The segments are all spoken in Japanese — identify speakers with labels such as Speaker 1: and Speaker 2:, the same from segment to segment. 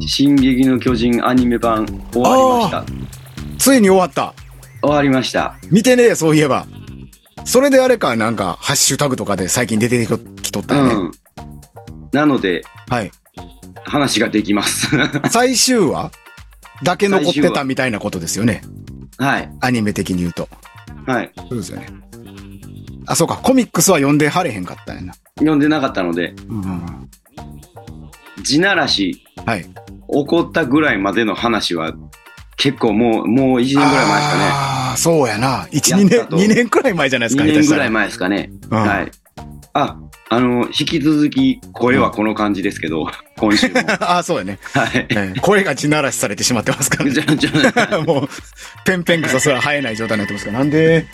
Speaker 1: 進撃の巨人アニメ版終わりました。
Speaker 2: ついに終わった。
Speaker 1: 終わりました。
Speaker 2: 見てねえ、そういえば。それであれか、なんか、ハッシュタグとかで最近出てきとっ
Speaker 1: う
Speaker 2: たよね。
Speaker 1: ん。なので、
Speaker 2: はい。
Speaker 1: 話ができます。
Speaker 2: 最終話だけ残ってたみたいなことですよね。
Speaker 1: はい。
Speaker 2: アニメ的に言うと。
Speaker 1: はい。
Speaker 2: そうですよね。あ、そうか。コミックスは読んではれへんかったんやな。
Speaker 1: 読んでなかったので、
Speaker 2: うんうん
Speaker 1: 地ならし、
Speaker 2: うん。はい。
Speaker 1: 起こったぐらいまでの話は、結構もう、もう1年ぐらい前ですかね。
Speaker 2: ああ、そうやな。1、
Speaker 1: や
Speaker 2: 2
Speaker 1: っ
Speaker 2: 年、
Speaker 1: たと
Speaker 2: 2年くらい前じゃないですか。
Speaker 1: 2年ぐらい
Speaker 2: 下
Speaker 1: 前ですかね。
Speaker 2: 手したら。
Speaker 1: はい。あ、あの、引き続き、声はこの感じですけど、今 週も。
Speaker 2: うん ああ、そうやね。
Speaker 1: はい。
Speaker 2: ええ声が地ならしされてしまってますから
Speaker 1: じ
Speaker 2: ね。
Speaker 1: ゃあ、じゃあ、
Speaker 2: もう、ペンペン草すら生えない状態になってますから。なんで、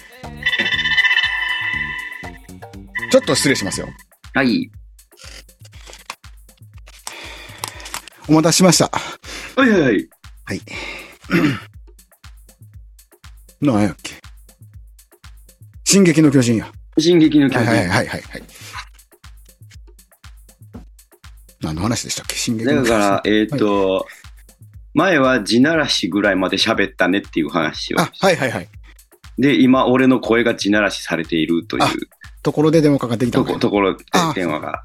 Speaker 2: ちょっと失礼しますよ。
Speaker 1: はい。
Speaker 2: お待たせしました。
Speaker 1: はいはいはい。
Speaker 2: はい。なんやっけ。進撃の巨人や。
Speaker 1: 進撃の巨
Speaker 2: はい
Speaker 1: 人。
Speaker 2: はいはいはいはい。何の話でしたっけ進撃
Speaker 1: だ
Speaker 2: の巨人。
Speaker 1: から、えっ、と、前は地ならしぐらいまで喋ったねっていう話を。
Speaker 2: あ、はいはいはい。
Speaker 1: で、今、俺の声が地ならしされているとい
Speaker 2: あ
Speaker 1: う
Speaker 2: ところで電話かかってき
Speaker 1: と
Speaker 2: たのか
Speaker 1: こところで
Speaker 2: あ
Speaker 1: 電話が。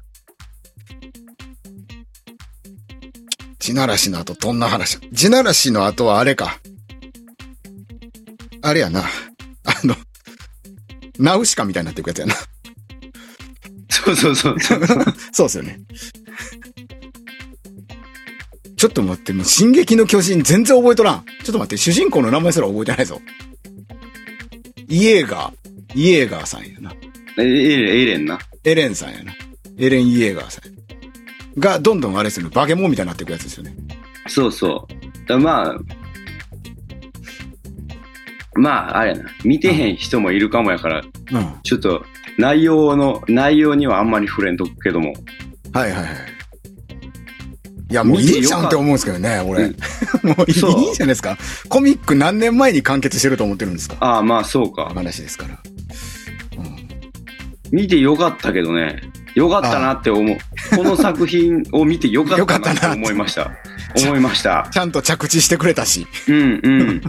Speaker 2: 地ならしの後、どんな話地ならしの後はあれか。あれやな。あの、ナウシカみたいになっていくやつやな。
Speaker 1: そうそうそう そう。
Speaker 2: そうですよね。ちょっと待って、もう、進撃の巨人全然覚えとらん。ちょっと待って、主人公の名前すら覚えてないぞ。イエーガー。イエーガーさんやな。
Speaker 1: えエレンエレンな。
Speaker 2: エレンさんやな。エレン・イエーガーさん。が、どんどんあれですよね。バケモンみたいになっていくやつですよね。
Speaker 1: そうそう。だまあ、まあ、あれやな。見てへん人もいるかもやから、
Speaker 2: うん。は
Speaker 1: ちょっと、内容の、内容にはあんまり触れんとくけども。
Speaker 2: いはいはい。いや、もういいじゃんって思うんですけどね、俺。
Speaker 1: うん
Speaker 2: もういい
Speaker 1: そう
Speaker 2: いいじゃないですか。コミック何年前に完結してると思ってるんですか
Speaker 1: ああ、まあ、そうか。
Speaker 2: 話ですから。うん。
Speaker 1: 見てよかったけどね。よかったなって思う。この作品を見てよかったなって思いました。思いました。
Speaker 2: ちゃんと着地してくれたし。
Speaker 1: うん うん。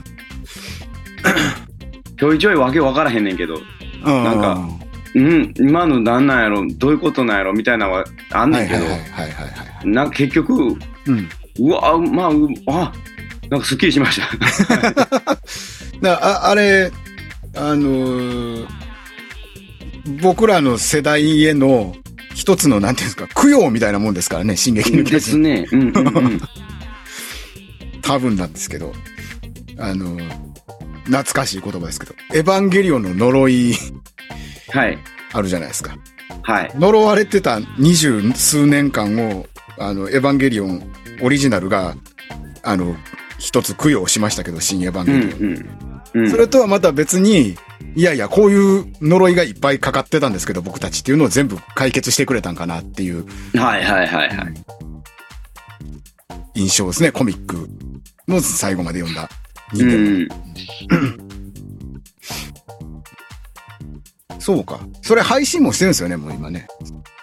Speaker 1: ちょいちょいわけわからへんねんけど、
Speaker 2: うん。
Speaker 1: なんかうん、今のなんなんやろ、どういうことなんやろみたいなのはあん
Speaker 2: は
Speaker 1: ね
Speaker 2: い
Speaker 1: んけ
Speaker 2: はい
Speaker 1: ど、
Speaker 2: はいはいはいはい。
Speaker 1: なんか結局、
Speaker 2: うん。
Speaker 1: うわ、まあ、うあなんかすっきりしました。
Speaker 2: だからああれ、あのー僕らの世代への一つの、なんていうんですか、供養みたいなもんですからね、進撃の巨
Speaker 1: です
Speaker 2: 人。
Speaker 1: ね。うんうん うん。
Speaker 2: 多分なんですけど。あのー懐かしい言葉ですけど。エヴァンゲリオンの呪い
Speaker 1: はい。
Speaker 2: あるじゃないですか。
Speaker 1: はい。
Speaker 2: 呪われてた二十数年間を、あの、エヴァンゲリオンオリジナルが、あの、一つ供養しましたけど、新エヴァン
Speaker 1: う
Speaker 2: ゲ
Speaker 1: ん
Speaker 2: リオン。
Speaker 1: うん。うん
Speaker 2: それとはまた別に、いやいや、こういう呪いがいっぱいかかってたんですけど、僕たちっていうのを全部解決してくれたんかなっていう
Speaker 1: はいはいはいはい。
Speaker 2: 印象ですね、コミックの最後まで読んだ人
Speaker 1: うん
Speaker 2: 間。
Speaker 1: うん。
Speaker 2: そうか。それ配信もしてるんですよね、もう今ね。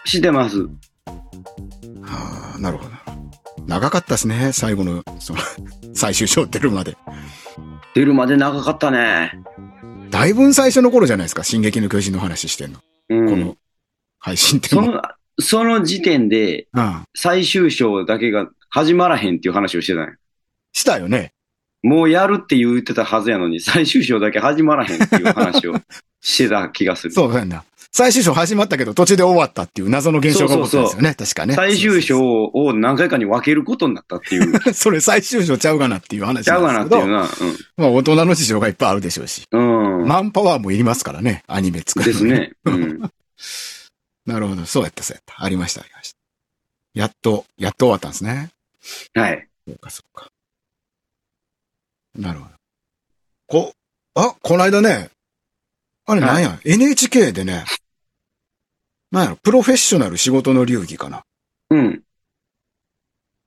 Speaker 1: 知ってます。
Speaker 2: はあ、なるほどな。長かったですね、最後の、その、 最終章出るまで。
Speaker 1: 出るまで長かったね。
Speaker 2: だいぶん最初の頃じゃないですか、進撃の巨人の話してんの。
Speaker 1: うん。
Speaker 2: この、配信って
Speaker 1: そ
Speaker 2: もう。
Speaker 1: の、その時点で
Speaker 2: うん。
Speaker 1: 最終章だけが始まらへんっていう話をしてたんや
Speaker 2: したよね。
Speaker 1: もうやるって言ってたはずやのに、最終章だけ始まらへんっていう話をしてた気がする。
Speaker 2: そうそうやんな。最終章始まったけど、途中で終わったっていう謎の現象が起こったんですよね、確かね。
Speaker 1: 最終章を何回かに分けることになったっていう。
Speaker 2: それ最終章ちゃうがなっていう話
Speaker 1: ちゃうか
Speaker 2: な
Speaker 1: なんっ
Speaker 2: ですけ
Speaker 1: て
Speaker 2: ど、
Speaker 1: いうな。
Speaker 2: まあ大人の事情がいっぱいあるでしょうし、
Speaker 1: うん。うん。
Speaker 2: マンパワーもいりますからね、アニメ作るの
Speaker 1: です。
Speaker 2: に
Speaker 1: ね。うん。
Speaker 2: なるほど、そうやった、そうやった。ありました、ありました。やっと、やっと終わったんですね。
Speaker 1: はい。
Speaker 2: そうか、そうか。なるほど。こ、あ、こないだね、あれなんや、NHK でね、なんやろ、プロフェッショナル仕事の流儀かな。
Speaker 1: うん。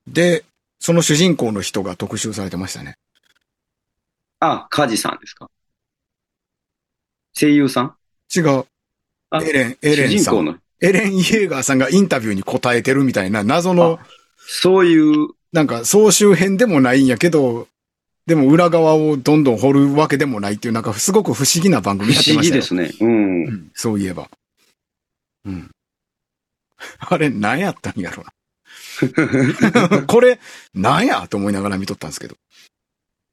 Speaker 2: で、その主人公の人が特集されてましたね。
Speaker 1: あ、カジさんですか。声優さん
Speaker 2: 違う
Speaker 1: あ。
Speaker 2: エレン、エレン
Speaker 1: 主
Speaker 2: さ
Speaker 1: 人
Speaker 2: ん
Speaker 1: 公。の。
Speaker 2: エレン・イエーガーさんがインタビューに答えてるみたいな謎の、
Speaker 1: そういう
Speaker 2: なんか総集編でもないんやけど、でも裏側をどんどん掘るわけでもないっていう、なんかすごく不思議な番組やって
Speaker 1: 不思
Speaker 2: ま
Speaker 1: 議
Speaker 2: した
Speaker 1: で
Speaker 2: よ。
Speaker 1: すね。うん。
Speaker 2: うんそういえば。うん。あれ、何やったんやろな。 これ、何やと思いながら見とったんですけど。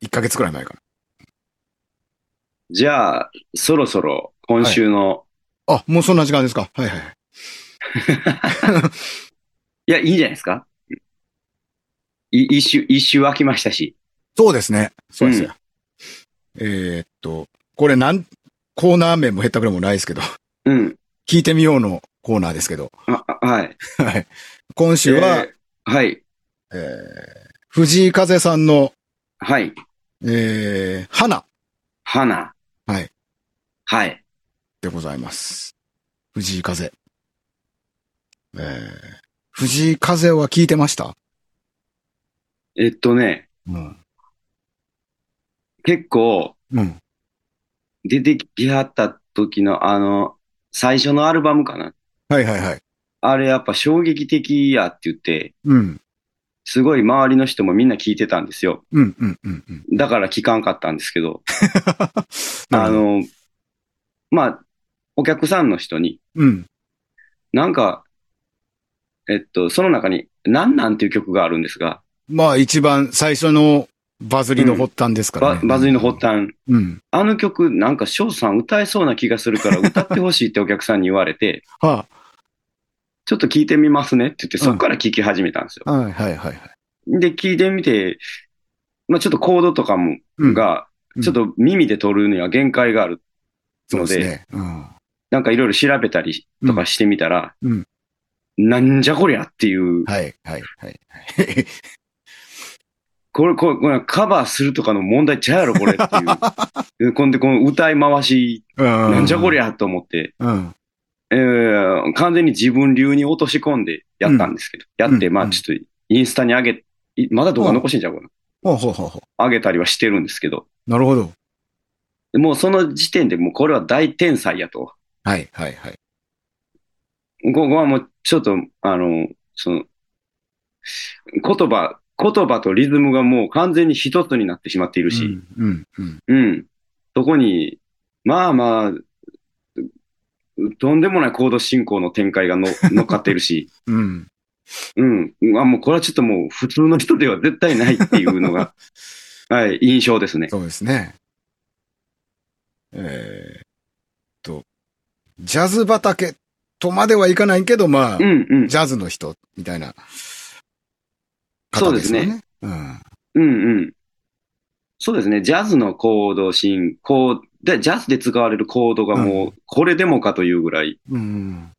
Speaker 2: 1ヶ月くらい前か
Speaker 1: じゃあ、そろそろ今週の、
Speaker 2: な。あ、もうそんな時間ですか。はいはいはい。
Speaker 1: い、や、いいんじゃないですかい一周、一周空きましたし。
Speaker 2: そうですね。そうですよ。えーっと、これなん、コーナー名も減ったくれもないですけど、
Speaker 1: うん。
Speaker 2: 聞いてみようのコーナーですけど、
Speaker 1: ああはい。
Speaker 2: はい。今週は、
Speaker 1: えーはい。
Speaker 2: えー藤井風さんの、
Speaker 1: はい。
Speaker 2: えー、花
Speaker 1: 花。
Speaker 2: はい。
Speaker 1: はい。
Speaker 2: でございます。藤井風。えー、藤井風は聞いてました
Speaker 1: えっとね、
Speaker 2: うん。
Speaker 1: 結構
Speaker 2: うん。
Speaker 1: 出てきはった時のあの、最初のアルバムかな。
Speaker 2: はいはいはい。
Speaker 1: あれやっぱ衝撃的やって言って、
Speaker 2: うん。
Speaker 1: すごい周りの人もみんな聞いてたんですよ。
Speaker 2: うんうんうんうん。
Speaker 1: だから聞かんかったんですけど、
Speaker 2: な
Speaker 1: あ
Speaker 2: るほど、
Speaker 1: の、まあ、お客さんの人に、
Speaker 2: うん。
Speaker 1: なんか、えっと、その中に、なんなんっていう曲があるんですが、
Speaker 2: まあ一番最初のバズりの発端ですから
Speaker 1: バ
Speaker 2: ね。
Speaker 1: バズりの発端。
Speaker 2: うん。
Speaker 1: あの曲、なんか翔さん歌えそうな気がするから歌ってほしいってお客さんに言われて、
Speaker 2: は
Speaker 1: ちょっと聞いてみますねって言って、そこから聞き始めたんですよ。
Speaker 2: あ、はいはいはいはい。
Speaker 1: で、聞いてみて、まあちょっとコードとかも、
Speaker 2: うん
Speaker 1: が、
Speaker 2: うん
Speaker 1: ちょっと耳で取るには限界がある。
Speaker 2: そうですね。うん。
Speaker 1: なんかいろいろ調べたりとかしてみたら、
Speaker 2: うん
Speaker 1: なんじゃこりゃっていう、
Speaker 2: はいはいはい。
Speaker 1: これ、これ、これカバーするとかの問題ちゃうやろ、これって いう。こんで、この歌い回し、な
Speaker 2: なん
Speaker 1: じゃこり
Speaker 2: ゃ。
Speaker 1: ゃと思って、
Speaker 2: うん。
Speaker 1: えー完全に自分流に落とし込んでやったんですけど、やって、
Speaker 2: うん
Speaker 1: ま
Speaker 2: う
Speaker 1: あ
Speaker 2: ん
Speaker 1: ちょっとインスタに上げ、いまだ動画残してんじゃん、これ。
Speaker 2: ほうほうほうほ
Speaker 1: 上げたりはしてるんですけど、
Speaker 2: う。なるほど。
Speaker 1: もうその時点でもうこれは大天才やと。
Speaker 2: はいはいはい。
Speaker 1: ここはもうちょっと、あの、その、言葉、言葉とリズムがもう完全に一つになってしまっているし、
Speaker 2: うんうん。
Speaker 1: うん。そこに、まあまあ、とんでもない行動進行の展開がの 乗っかっているし、
Speaker 2: うん。
Speaker 1: うん。あ、もうこれはちょっともう普通の人では絶対ないっていうの が、はい、印象ですね。
Speaker 2: そうですね。えーっと、ジャズ畑とまではいかないけど、まあ
Speaker 1: う、んうん。
Speaker 2: ジャズの人みたいな
Speaker 1: そ
Speaker 2: 方
Speaker 1: う
Speaker 2: で
Speaker 1: ですす
Speaker 2: よ
Speaker 1: ね
Speaker 2: ね。うん。
Speaker 1: うんうん。そうですね。ジャズのコード進行で、ジャズで使われるコードがもう、これでもかというぐらい
Speaker 2: うん。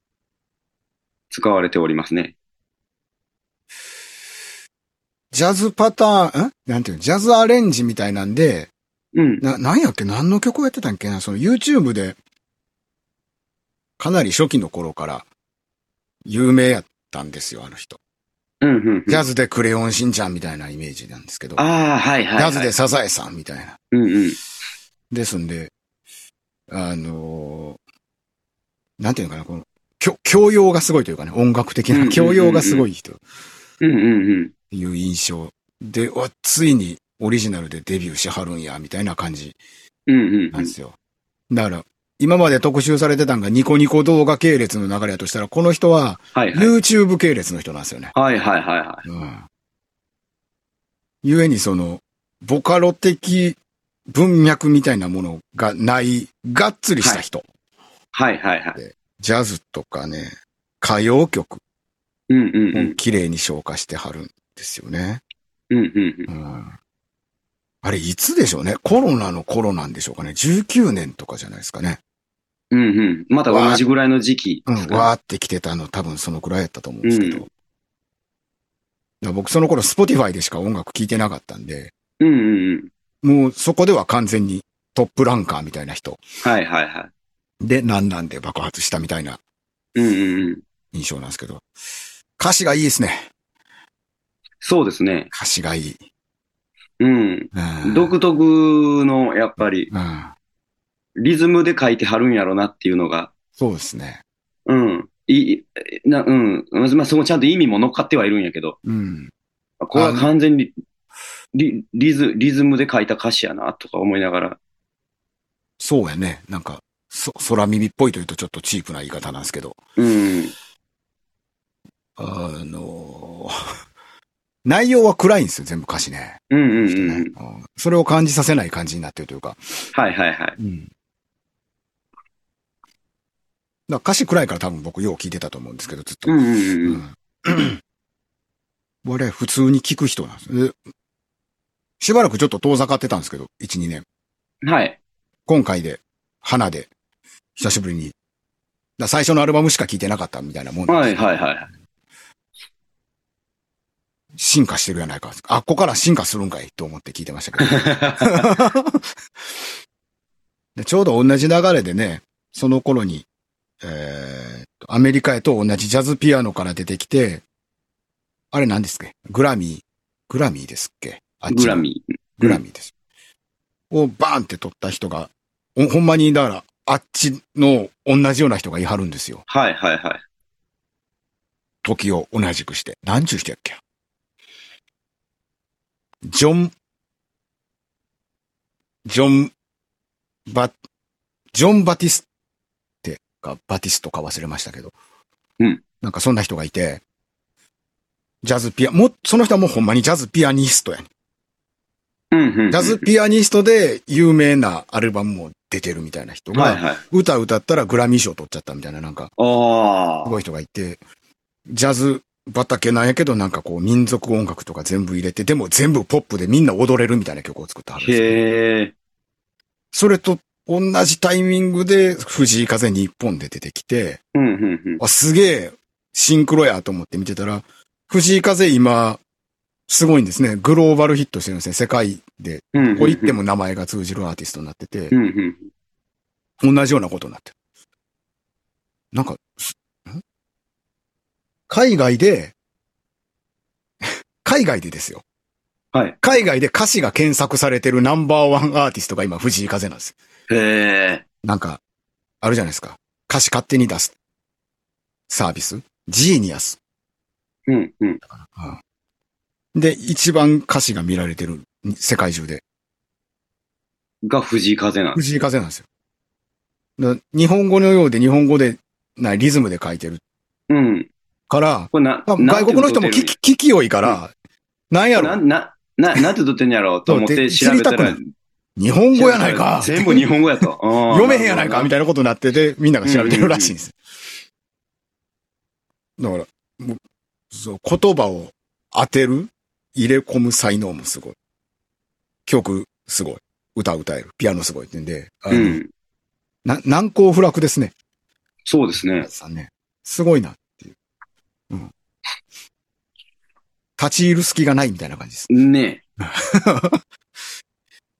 Speaker 1: 使われておりますね。
Speaker 2: ジャズパターン、んなんていうのジャズアレンジみたいなんで、
Speaker 1: うん。
Speaker 2: な、なんやっけ何の曲をやってたんっけなその YouTube で、かなり初期の頃から、有名やったんですよ、あの人。
Speaker 1: うんうんう
Speaker 2: ジ
Speaker 1: ん。
Speaker 2: ャズでクレヨンしんちゃんみたいなイメージなんですけど、
Speaker 1: ああ、はいはいはい。
Speaker 2: ジャズでサザエさんみたいな。
Speaker 1: うんうん。
Speaker 2: ですんで、あのーなんていうのかな、この、教、教養がすごいというかね、音楽的
Speaker 1: うんうんうんう
Speaker 2: な
Speaker 1: ん
Speaker 2: 教養がすごい人っ
Speaker 1: うんうんうん。
Speaker 2: ていう印象で、わついにオリジナルでデビューしはるんや、みたいな感じ
Speaker 1: うんうん
Speaker 2: な
Speaker 1: うんん
Speaker 2: で。すよ。だから、今まで特集されてたんがニコニコ動画系列の流れやとしたら、この人は
Speaker 1: はいはい。
Speaker 2: YouTube 系列の人なんですよね。
Speaker 1: はいはいはいは
Speaker 2: うん。ゆえにその、ボカロ的文脈みたいなものがない、がっつりした人。
Speaker 1: い。はいはいはい。
Speaker 2: ジャズとかね、歌謡曲、
Speaker 1: うんうんうん。
Speaker 2: 綺麗に消化してはるんですよね。
Speaker 1: うんうんうん。
Speaker 2: うん。あれ、いつでしょうねコロナの頃なんでしょうかね ?19 年とかじゃないですかね。
Speaker 1: うんうん。また同じぐらいの時期
Speaker 2: う
Speaker 1: で
Speaker 2: ん
Speaker 1: す、か
Speaker 2: わーって来てたの多分そのくらいやったと思うんですけど。だから僕その頃 Spotify でしか音楽聴いてなかったんで、
Speaker 1: うんうんうん。
Speaker 2: もうそこでは完全にトップランカーみたいな人
Speaker 1: はいはいは。
Speaker 2: で、なんなんで爆発したみたいない
Speaker 1: うんうんうん。
Speaker 2: 印象なんですけど。歌詞がいいですね。
Speaker 1: そうですね。
Speaker 2: 歌詞がいい。
Speaker 1: うん。
Speaker 2: うん。
Speaker 1: 独特の、やっぱり、
Speaker 2: うん。
Speaker 1: リズムで書いてはるんやろなっていうのが、
Speaker 2: そうですね。
Speaker 1: うん。いい、な、うん。まあ、そこちゃんと意味も乗っかってはいるんやけど、
Speaker 2: うん。
Speaker 1: これは完全にリリズリズムで書いた歌詞やな、とか思いながら。
Speaker 2: そうやね。なんか、そ、空耳っぽいというとちょっとチープな言い方なんですけど。
Speaker 1: うん。
Speaker 2: あのー 内容は暗いんですよ、全部歌詞ね。
Speaker 1: うんうんうんうん。
Speaker 2: うんそれを感じさせない感じになってるというか。
Speaker 1: はいはいはい。
Speaker 2: うん。だから歌詞暗いから多分僕よう聞いてたと思うんですけど、ずっと。
Speaker 1: うんうんうん。
Speaker 2: うん我々普通に聞く人なんですね。でしばらくちょっと遠ざかってたんですけど、1、2年。
Speaker 1: はい。
Speaker 2: 今回で、花で、久しぶりに。だから最初のアルバムしか聞いてなかったみたいなもんなん
Speaker 1: は
Speaker 2: で
Speaker 1: い
Speaker 2: す
Speaker 1: はいはい。
Speaker 2: 進化してるやないか。あっこから進化するんかいと思って聞いてましたけど。でちょうど同じ流れでね、その頃に、えーっとアメリカへと同じジャズピアノから出てきて、あれ何ですかグラミー。グラミーですっけあっ
Speaker 1: グラ
Speaker 2: ー。
Speaker 1: ミー。
Speaker 2: グラミーです。をバーンって取った人が、おほんまに、だから、あっちの同じような人がいはるんですよ。
Speaker 1: はいはいはい。
Speaker 2: 時を同じくして。何ちゅう人やっけジョン、ジョン、バ、ジョン・バティステか、バティストか忘れましたけど。
Speaker 1: うん。
Speaker 2: なんかそんな人がいて、ジャズピア、もう、その人はもうほんまにジャズピアニストやね。
Speaker 1: うんうんうん。
Speaker 2: ジャズピアニストで有名なアルバムも出てるみたいな人
Speaker 1: はい
Speaker 2: が、
Speaker 1: はい。
Speaker 2: 歌歌ったらグラミー賞取っちゃったみたいななんか、
Speaker 1: あ
Speaker 2: すごい人がいて、ジャズ畑なんやけど、なんかこう民族音楽とか全部入れて、でも全部ポップでみんな踊れるみたいな曲を作っては
Speaker 1: あ。
Speaker 2: るんですよ
Speaker 1: へえ。
Speaker 2: それと同じタイミングで藤井風に一本で出てきて、
Speaker 1: うんうんうん。
Speaker 2: あ、すげえシンクロやと思って見てたら、藤井風今、すごいんですね。グローバルヒットしてるんですね。世界で、
Speaker 1: うんうんうん
Speaker 2: こう言っても名前が通じるアーティストになってて
Speaker 1: う、んうん。
Speaker 2: 同じようなことになってる。なんか、すん海外で、 海外でですよ。
Speaker 1: はい。
Speaker 2: 海外で歌詞が検索されてるナンバーワンアーティストが今藤井風なんですよ。
Speaker 1: へえ。
Speaker 2: なんか、あるじゃないですか。歌詞勝手に出す。サービスジーニアス。
Speaker 1: うんうん。
Speaker 2: で、一番歌詞が見られてる世界中で。
Speaker 1: が藤井風なんです。
Speaker 2: 藤井風なんですよ。だから日本語のようで日本語でないリズムで書いてる
Speaker 1: うん。
Speaker 2: から、
Speaker 1: これな、
Speaker 2: まあ
Speaker 1: なん
Speaker 2: 外国の人も
Speaker 1: て
Speaker 2: 聞
Speaker 1: 撮っ
Speaker 2: き、聞きよいから、なんや
Speaker 1: てるんや
Speaker 2: ろ、
Speaker 1: な、な、な、なんて撮ってんやろうと思っ
Speaker 2: そう
Speaker 1: て
Speaker 2: で
Speaker 1: 調べたら
Speaker 2: 知りたくな、日本語やないか。
Speaker 1: 全部日本語や と。読
Speaker 2: 読めへんやないか、
Speaker 1: たい
Speaker 2: みたいなことになってて、みんなが調べてるらしいんです。だから、もうそう、言葉を当てる、入れ込む才能もすごい。曲、すごい。歌歌える。ピアノすごいってんで、あの
Speaker 1: うん。
Speaker 2: な難攻不落ですね。
Speaker 1: そうですね。
Speaker 2: さんね。すごいなっていう。うん。立ち入る隙がないみたいな感じです。
Speaker 1: ね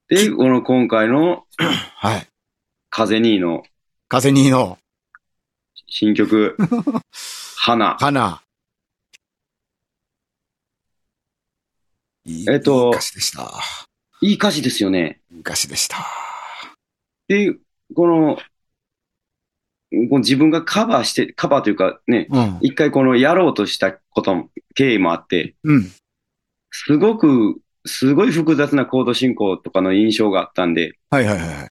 Speaker 1: え。で、この今回の
Speaker 2: はい。
Speaker 1: 風兄の
Speaker 2: 風にの、
Speaker 1: 新曲、花。
Speaker 2: かな。いい
Speaker 1: えっと
Speaker 2: いい歌詞でした。
Speaker 1: いい歌詞ですよね。
Speaker 2: いい歌詞でした。
Speaker 1: で、この、この自分がカバーして、カバーというかね、
Speaker 2: うん。
Speaker 1: 一回このやろうとしたことも、経緯もあって、
Speaker 2: うん。
Speaker 1: すごく、すごい複雑なコード進行とかの印象があったんで、
Speaker 2: はいはいはいはい。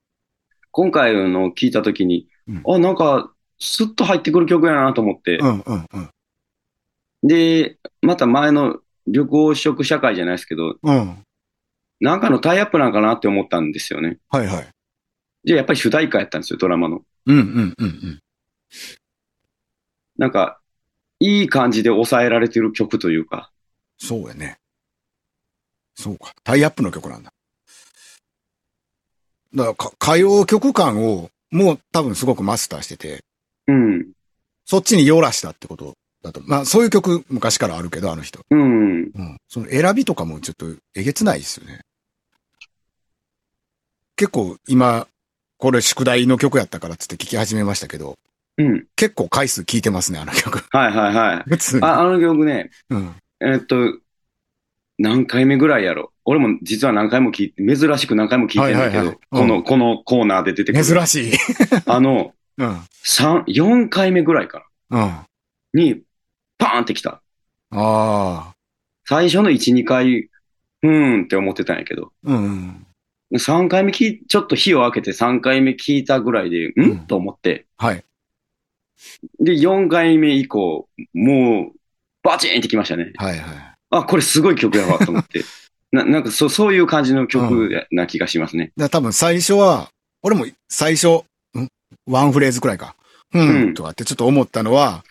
Speaker 1: 今回の聞いたときに、
Speaker 2: うん
Speaker 1: あ、なんか、スッと入ってくる曲やなと思って、
Speaker 2: うんうんうん。
Speaker 1: で、また前の旅行食社会じゃないですけど、
Speaker 2: うん。
Speaker 1: なんかのタイアップなんかなって思ったんですよね。
Speaker 2: はいはい。
Speaker 1: じゃあやっぱり主題歌やったんですよ、ドラマの。
Speaker 2: うんうんうんうん。
Speaker 1: なんか、いい感じで抑えられてる曲というか、
Speaker 2: そうやね。そうか。タイアップの曲なんだ。だからか、歌謡曲感を、もう多分すごくマスターしてて、
Speaker 1: うん、
Speaker 2: そっちによらしたってことだと。まあ、そういう曲昔からあるけど、あの人。
Speaker 1: うん、
Speaker 2: うん。その選びとかもちょっとえげつないですよね。結構今、これ宿題の曲やったからっつって聞き始めましたけど、
Speaker 1: うん。
Speaker 2: 結構回数聞いてますね、あの曲。
Speaker 1: はいはいはい。
Speaker 2: 普通に。
Speaker 1: ああの曲ね、
Speaker 2: うん。
Speaker 1: えっと、何回目ぐらいやろ。俺も実は何回も聞いて、珍しく何回も聞いてんだけ
Speaker 2: はいはいは
Speaker 1: ど
Speaker 2: い、うん
Speaker 1: この、このコーナーで出てくる。
Speaker 2: 珍しい。
Speaker 1: あの、
Speaker 2: うん。
Speaker 1: 三4回目ぐらいか
Speaker 2: うん。あ
Speaker 1: な。に、パーンってきた。
Speaker 2: あ。
Speaker 1: 最初の1、2回、うーんって思ってたんやけど、
Speaker 2: うんうん。
Speaker 1: 3回目聞い、ちょっと火を開けて3回目聞いたぐらいで、ん、
Speaker 2: うん
Speaker 1: と思って、
Speaker 2: はい。
Speaker 1: で、4回目以降、もう、バチーンってきましたね。
Speaker 2: はいはい。
Speaker 1: あ、これすごい曲やわ、と思 って。ななんかそ、そういう感じの曲やな気がしますね。
Speaker 2: だ多分最初は、俺も最初、んワンフレーズくらいか。う、
Speaker 1: うんん
Speaker 2: とかってちょっと思ったのは、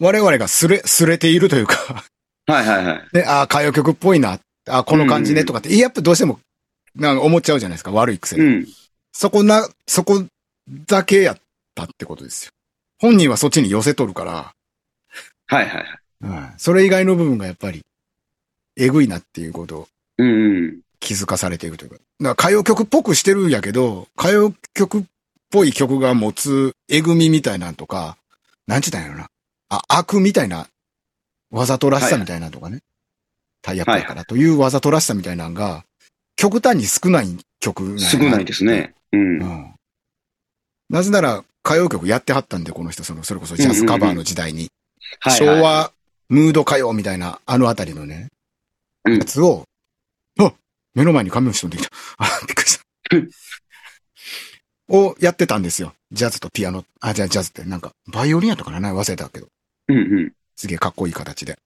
Speaker 2: 我々がすれ、すれているというか、
Speaker 1: はいはいはい。
Speaker 2: ね、ああ、歌謡曲っぽいな、ああ、この感じ
Speaker 1: うんう
Speaker 2: ね、
Speaker 1: ん
Speaker 2: とかって、やっぱどうしても、なんか思っちゃうじゃないですか、悪い癖で。
Speaker 1: うん。
Speaker 2: そこな、そこだけやったってことですよ。本人はそっちに寄せとるから、
Speaker 1: はいはいはい。
Speaker 2: うん、それ以外の部分がやっぱり、えぐいなっていうことを
Speaker 1: うんうん。
Speaker 2: 気づかされているというか。だから歌謡曲っぽくしてるんやけど、歌謡曲っぽい曲が持つえぐみみたいなんとか、なんちゅったんやろな。あ、悪みたいな、わざとらしさみたいなとかね。タイヤやからというわざとらしさみたいなんが、極端に少ない曲んや
Speaker 1: 少ないです。ね。うん。
Speaker 2: う
Speaker 1: はい
Speaker 2: ん。なぜなら、歌謡曲やってはったんで、この人、その、それこそジャズカバーの時代に。
Speaker 1: はい
Speaker 2: 昭和ムード歌謡みたいな、あのあたりのね、
Speaker 1: うん
Speaker 2: やつを、あ目の前に髪を潜んできた。 あ、びっくりした
Speaker 1: うん。
Speaker 2: をやってたんですよ。ジャズとピアノ、あ、じゃあジャズって、なんか、バイオリンやったからな、忘れたけど、
Speaker 1: うんうん。
Speaker 2: すげえかっこいい形で。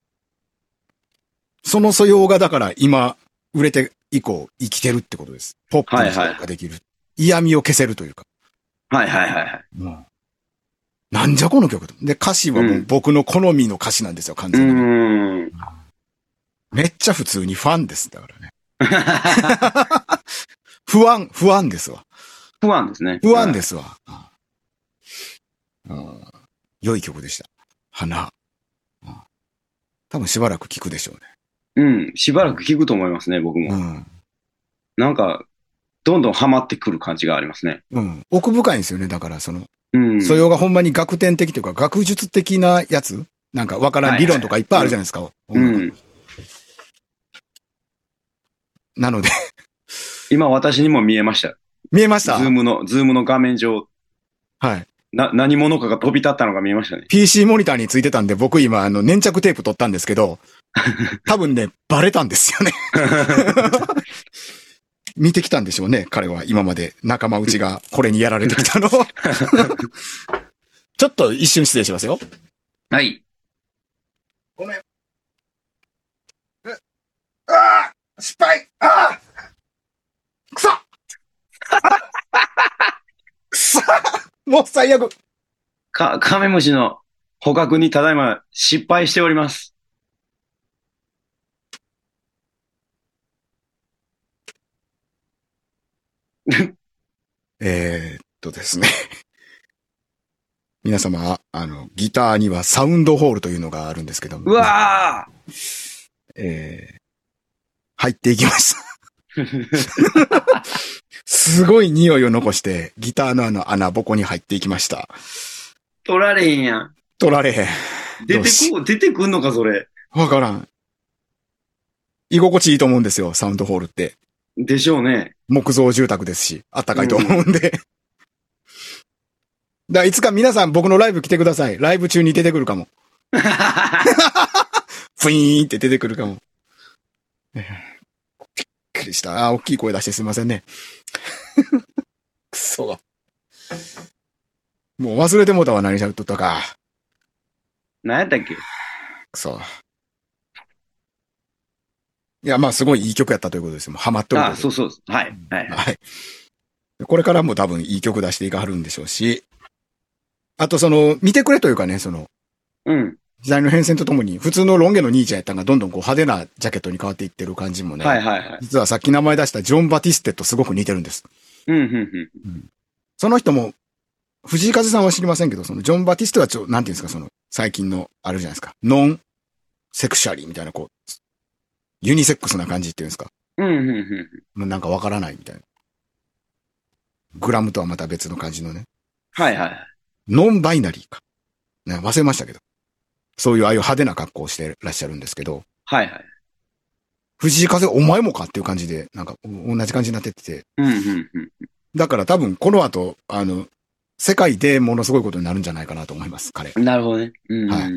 Speaker 2: その素養が、だから今、売れて以降、生きてるってことです。ポップにができる。嫌味を消せるというか。
Speaker 1: はいはいはいはい。
Speaker 2: もうなんじゃこの曲と。で、歌詞はもう僕の好みの歌詞なんですよ、完
Speaker 1: う
Speaker 2: 全に。
Speaker 1: ーん。
Speaker 2: めっちゃ普通にファンです。だからね。 不安、不安ですわ。
Speaker 1: 不安ですね。。
Speaker 2: 不安ですすわ。うん良い曲でした。花。うん多分しばらく聴くでしょ
Speaker 1: うん。しばらく聞くと思いますね、僕
Speaker 2: うね。う
Speaker 1: も。
Speaker 2: ん。
Speaker 1: なんか、どんどんハマってくる感じがありますね。
Speaker 2: うん。奥深いんですよね。だから、その、
Speaker 1: うん。
Speaker 2: 素養がほんまに学点的というか、学術的なやつなんかわからん理論とかいっぱいあるじゃないですか。
Speaker 1: う
Speaker 2: 音楽
Speaker 1: ん。
Speaker 2: なので、
Speaker 1: 今私にも見えました。
Speaker 2: 見えまし
Speaker 1: ズ
Speaker 2: た
Speaker 1: ームの、ズームの画面上、
Speaker 2: はい。
Speaker 1: な、何者かが飛び立ったのが見えました ね。
Speaker 2: PC モニターについてたんで、僕今、あの、粘着テープ取ったんですけ ど、多分ね、バレたんですよね。 見てきたんでしょうね、彼は今まで仲間内がこれにやられてきたの を。ちょっと一瞬失礼しますよ。
Speaker 1: はい。
Speaker 2: ああ失敗ああくそあ くそもう最悪
Speaker 1: か、カメムシの捕獲にただいま失敗しております。
Speaker 2: えー、っとですね。皆様、あの、ギターにはサウンドホールというのがあるんですけども。
Speaker 1: うわ
Speaker 2: えー入っていきました。
Speaker 1: ー
Speaker 2: すごい匂いを残して、ギターのあの穴ぼこに入っていきました。
Speaker 1: 取られへんやん。
Speaker 2: 取られへん。
Speaker 1: 出
Speaker 2: よ
Speaker 1: て
Speaker 2: し
Speaker 1: こ、出てくんのか、それ。
Speaker 2: わからん。居心地いいと思うんですよ、サウンドホールって。
Speaker 1: でしょうね。
Speaker 2: 木造住宅ですし、あったかいと思うんで。だからいつか皆さん僕のライブ来てください。ライブ中に出てくるかも。ふいーンって出てくるかも。えーびっくりした。あー、大きい声出してすいませんね。 くそが。もう忘れてもうたわ、何しゃべっとったか。
Speaker 1: 何やったっけ
Speaker 2: くそ。いや、まあ、すごいいい曲やったということですよ。もうハマっとるとい
Speaker 1: あ、
Speaker 2: うことです
Speaker 1: そうそう。はい。はい。
Speaker 2: はい。これからも多分いい曲出していかはるんでしょうし、あとその、見てくれというかね、その、
Speaker 1: うん。
Speaker 2: 時代の変遷とともに、普通のロン毛の兄ちゃんやったんがどんどんこう派手なジャケットに変わっていってる感じもね、
Speaker 1: はいはいはい。
Speaker 2: 実はさっき名前出したジョン・バティステとすごく似てるんです。
Speaker 1: うん、うん、
Speaker 2: その人も、藤井風さんは知りませんけど、そのジョン・バティステはちょ、なんていうんですか、その、最近の、あるじゃないですか、ノン・セクシャリーみたいな、こう、ユニセックスな感じっていうんですか。
Speaker 1: うん。うん、うん、うん。
Speaker 2: もうなんかわからないみたいな。グラムとはまた別の感じのね。
Speaker 1: はいはい。
Speaker 2: ノンバイナリーか。ね、忘れましたけど。そういうああいう派手な格好をしてらっしゃるんですけど、
Speaker 1: はいはい。
Speaker 2: 藤井風お前もかっていう感じで、なんかお同じ感じになってて、
Speaker 1: うん、うん、うん。
Speaker 2: だから多分この後、あの、世界でものすごいことになるんじゃないかなと思います、彼。
Speaker 1: なるほどね。うん。
Speaker 2: はい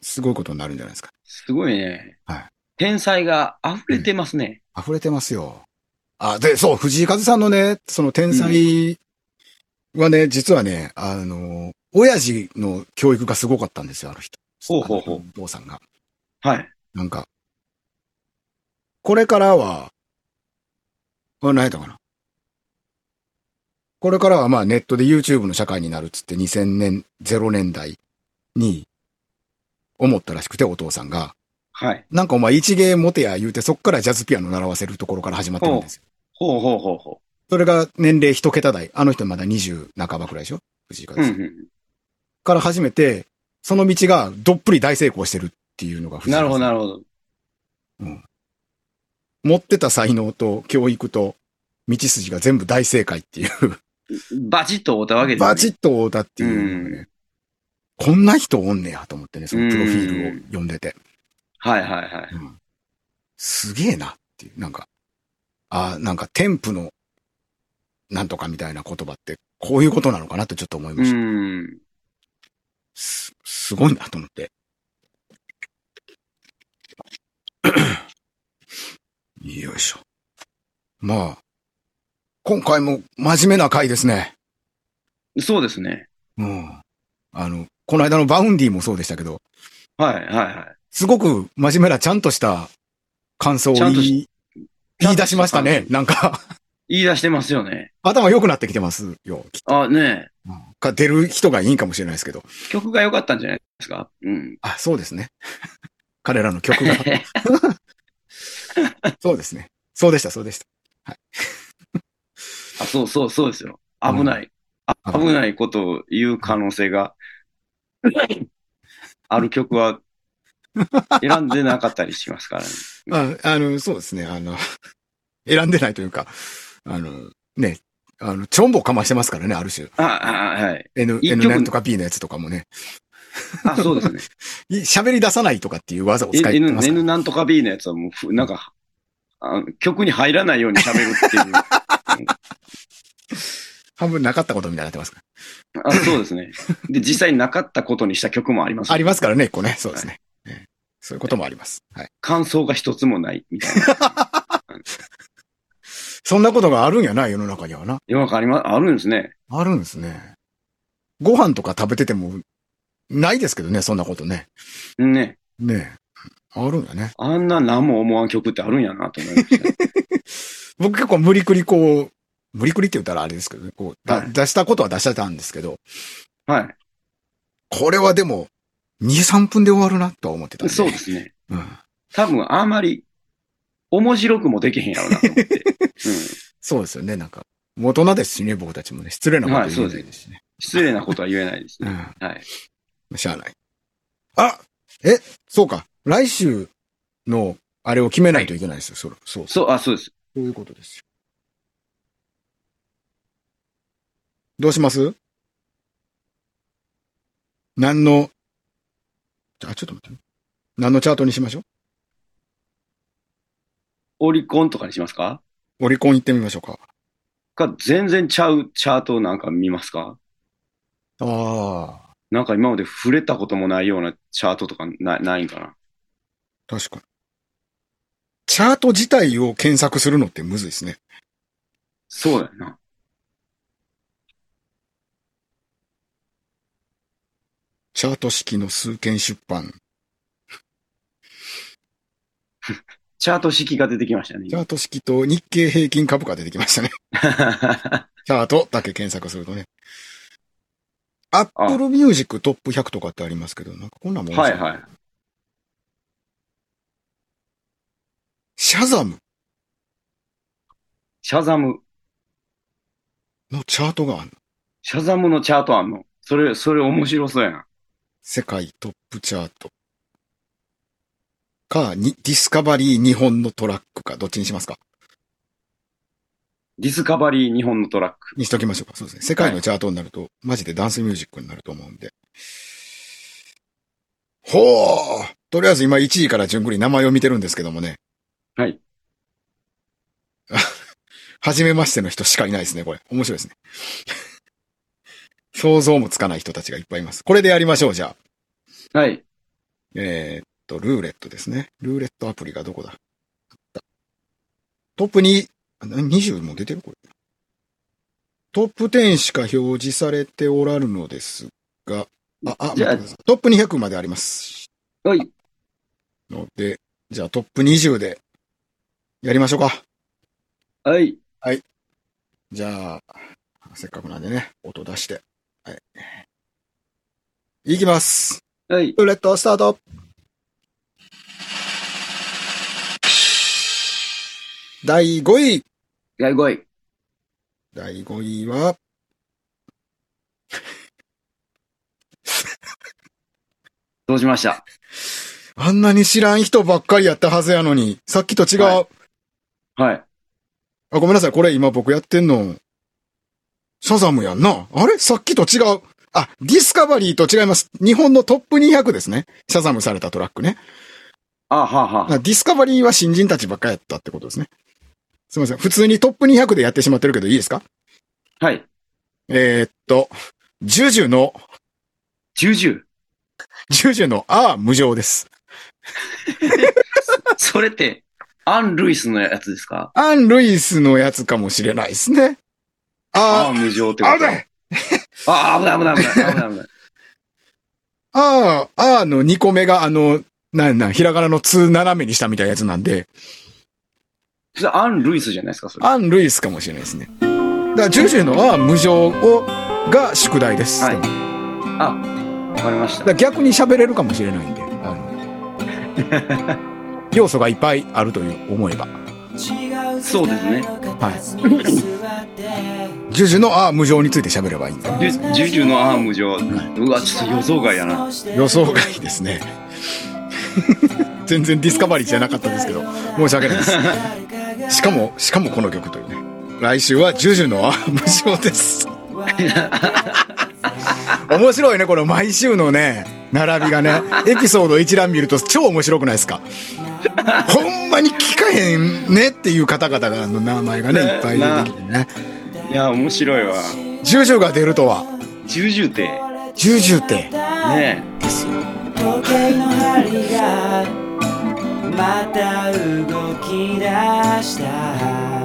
Speaker 2: すごいことになるんじゃないですか。
Speaker 1: すごいね。
Speaker 2: はい
Speaker 1: 天才が溢れてますね。
Speaker 2: 溢れてますよ。あ、で、そう、藤井風さんのね、その天才はね、実はね、あの、親父の教育がすごかったんですよ、あの人。
Speaker 1: ほうほうほう
Speaker 2: あのお父さんが。
Speaker 1: はい。
Speaker 2: なんか、これからは、これ何やったかな。これからはまあネットで YouTube の社会になるっつって2000年、0年代に思ったらしくてお父さんが、
Speaker 1: はい。
Speaker 2: なんかお前一芸持てや言うてそっからジャズピアノ習わせるところから始まってるんですよ。
Speaker 1: ほうほうほうほ
Speaker 2: それが年齢一桁台。あの人まだ20半ばくらいでしょ藤井
Speaker 1: う。う
Speaker 2: 風
Speaker 1: ん
Speaker 2: さん。
Speaker 1: う
Speaker 2: から始めて、その道がどっぷり大成功してるっていうのが
Speaker 1: ん。
Speaker 2: 藤井
Speaker 1: なる
Speaker 2: 風
Speaker 1: ほ
Speaker 2: さ
Speaker 1: ど、
Speaker 2: ん
Speaker 1: なるほど。
Speaker 2: 持ってた才能と教育と道筋が全部大正解っていう、
Speaker 1: バチッと追ったわけですね。
Speaker 2: バチッと合うたっていうのがね、こんな人おんねやと思ってね、そのプロフィールを読んでて、
Speaker 1: はいはいはい。
Speaker 2: うんすげえなっていう、なんか、あーなんか添付のなんとかみたいな言葉って、こういうことなのかなとちょっと思いうました。
Speaker 1: ん。
Speaker 2: すすごいなと思って。よいしょ。まあ、今回も真面目な回ですね。
Speaker 1: そうですね。
Speaker 2: うん。あの、この間のバウンディもそうでしたけど、
Speaker 1: はいはいは
Speaker 2: すごく真面目なちゃんとした感想を
Speaker 1: ちゃ
Speaker 2: 言
Speaker 1: んと
Speaker 2: い
Speaker 1: ち
Speaker 2: 言
Speaker 1: ゃ
Speaker 2: い
Speaker 1: んと
Speaker 2: 出しましたね。なんか、
Speaker 1: い。言い出してますよね。
Speaker 2: 頭良くなってきてますよ。
Speaker 1: あ、ねえ
Speaker 2: か出る人がいいんかもしれないですけど。
Speaker 1: 曲が良かったんじゃないですか。うん。
Speaker 2: あ、そうですね。 彼らの 曲が。そうですね。そうでした、そうでした。
Speaker 1: あ、そうそうそうですよ。危ない。あ危ないことを言う可能性がある曲は選んでなかったりしますからね。
Speaker 2: ああの、そうですね。あの、 選んでないというか、あの、ね、あの、ちょんぼかましてますからね、ある種。
Speaker 1: あ、あはい。
Speaker 2: N、
Speaker 1: 一
Speaker 2: N
Speaker 1: 曲
Speaker 2: なんとか B のやつとかもね。
Speaker 1: あ、そうです ね。
Speaker 2: い喋り出さないとかっていう技を使
Speaker 1: N,
Speaker 2: ってます
Speaker 1: N
Speaker 2: から。
Speaker 1: なんとか B のやつはもうふ、なんか、あ曲に入らないように喋るって いう。
Speaker 2: 半分なかったことみたいになってますから。
Speaker 1: あそうですね。で、実際なかったことにした曲もあります。
Speaker 2: ありますからね、一個ね。そうですね。ねそういうこともあります。はい。
Speaker 1: 感想が一つもないみたいな。
Speaker 2: そんなことがあるんやな、世の中にはな。
Speaker 1: よくあります。あるんですね。
Speaker 2: あるんですね。ご飯とか食べてても、ないですけどね、そんなことね。
Speaker 1: ね。
Speaker 2: ねえ。あるんやね。
Speaker 1: あんな何も思わん曲ってあるんやなと思いましたね。
Speaker 2: 僕結構無理くりこう、無理くりって言ったらあれですけどね、こう、だ
Speaker 1: はい
Speaker 2: 出したことは出してたんですけど、
Speaker 1: は
Speaker 2: これはでも、2、3分で終わるなとは思ってたん
Speaker 1: い。
Speaker 2: で。
Speaker 1: そうですね。
Speaker 2: うん。
Speaker 1: 多分あんまり面白くもできへんやろうなと思 って。うん、
Speaker 2: そうですよね、なんか。大人ですしね、僕たちもね、失礼なこと言えないですしね。
Speaker 1: 失礼なことは言えないですね。
Speaker 2: うん
Speaker 1: はい。
Speaker 2: しゃあない。あえ、そうか。来週の、あれを決めないといけないですよ。それそうそう。
Speaker 1: そう、あ、そうです。
Speaker 2: そういうことですよ。どうします何の、あ、ちょっと待ってね。何のチャートにしましょ
Speaker 1: オリコンとかにしますか
Speaker 2: うオリコン行ってみましょうか。
Speaker 1: か、全然ちゃうチャートなんか見ますか
Speaker 2: ああ、
Speaker 1: なんか今まで触れたこともないようなチャートとかなないんかな
Speaker 2: 確かに。チャート自体を検索するのってむずいですね。
Speaker 1: そうだよな。
Speaker 2: チャート式の数件出版。
Speaker 1: チャート式が出てきましたね
Speaker 2: チ。ャート式と日経平均株価出てきましたね。チャートだけ検索するとね。アップルミュージックトップ100とかってありますけど、なんかこんなんも ん
Speaker 1: はいはい。
Speaker 2: シャザム
Speaker 1: シャザム。
Speaker 2: のチャートがあるの。
Speaker 1: シャザムのチャートあんのそれ、それ面白そうやな。
Speaker 2: 世界トップチャート。か、に、ディスカバリー日本のトラックか、どっちにしますか
Speaker 1: ディスカバリー日本のトラック。
Speaker 2: にしときましょうか。そうですね。世界のチャートになると、マジでダンスミュージックになると思うんで。ほーとりあえず今1位から順繰り名前を見てるんですけどもね。
Speaker 1: はい。
Speaker 2: はじめましての人しかいないですね、これ。面白いですね。 想像もつかない人たちがいっぱいいます。これでやりましょう、じゃあ。
Speaker 1: はい。
Speaker 2: えーっと、ルーレットですね。ルーレットアプリがどこだトップに、あな20も出てるこれ。トップ10しか表示されておらるのですが、あ、あ、
Speaker 1: じゃあ
Speaker 2: 待ってくださいトップ200まであります。
Speaker 1: おい、
Speaker 2: ので、じゃあトップ20でやりましょうか。
Speaker 1: はい。
Speaker 2: じゃあ、せっかくなんでね、音出して。はい。いきます。
Speaker 1: はい。
Speaker 2: ルーレットスタート第5位
Speaker 1: 第5位。
Speaker 2: 第5位は、
Speaker 1: どうしました
Speaker 2: あんなに知らん人ばっかりやったはずやのに、さっきと違う。
Speaker 1: はいはい。
Speaker 2: あ、ごめんなさい。これ今僕やってんの、サザムやんな。あれさっきと違う。あ、ディスカバリーと違います。日本のトップ200ですね。シャザムされたトラックね。
Speaker 1: あ、はあ、はあ。
Speaker 2: あディスカバリーは新人たちばっかりやったってことですね。すいません。普通にトップ200でやってしまってるけどいいですか
Speaker 1: はい。
Speaker 2: えーっと、ジュジュの、
Speaker 1: 重々。
Speaker 2: ジュジュの、ああ、無情です。
Speaker 1: それって、アン・ルイスのやつですか
Speaker 2: アン・ルイスのやつかもしれないですね。
Speaker 1: ああ、
Speaker 2: あ
Speaker 1: 無情って
Speaker 2: あ、
Speaker 1: こと。
Speaker 2: あれ
Speaker 1: ああ、危ない危ない危ない危ない危ない。
Speaker 2: ああ、ああの2個目があの、なんなん、ひらがなの2斜めにしたみたいなやつなんで、
Speaker 1: それアン・ルイスじゃないですか、それ。
Speaker 2: アン・ルイスかもしれないですね。だから、ジュジュのは無情を、が宿題です。
Speaker 1: はい
Speaker 2: だか
Speaker 1: あ、わかりました。
Speaker 2: ら逆に喋れるかもしれないんで、あの、 要素がいっぱいあるという思えば。
Speaker 1: そうですね
Speaker 3: は
Speaker 2: ジュジュのああ無情について喋ればいいんだ。
Speaker 1: ジュジュジュのアーム上、うわ、ちょっと予想外やな。
Speaker 2: 予想外 ですね。 全然ディスカバリーじゃなかったんですけど、申し訳ないです。しかも、しかもこの曲というね。来週はジュジュのああ無情です。面白いね、この毎週のね、並びがね、エピソード一覧見ると超面白くないですか。ほんまに聞かへんねっていう方々がの名前がね、いっぱい出てきてね。
Speaker 1: いや、面白いわ。
Speaker 2: ジュジュが出るとは、
Speaker 1: ジュジュって、
Speaker 2: ジュジュって、
Speaker 1: ね
Speaker 3: 時計の針がまた動き出した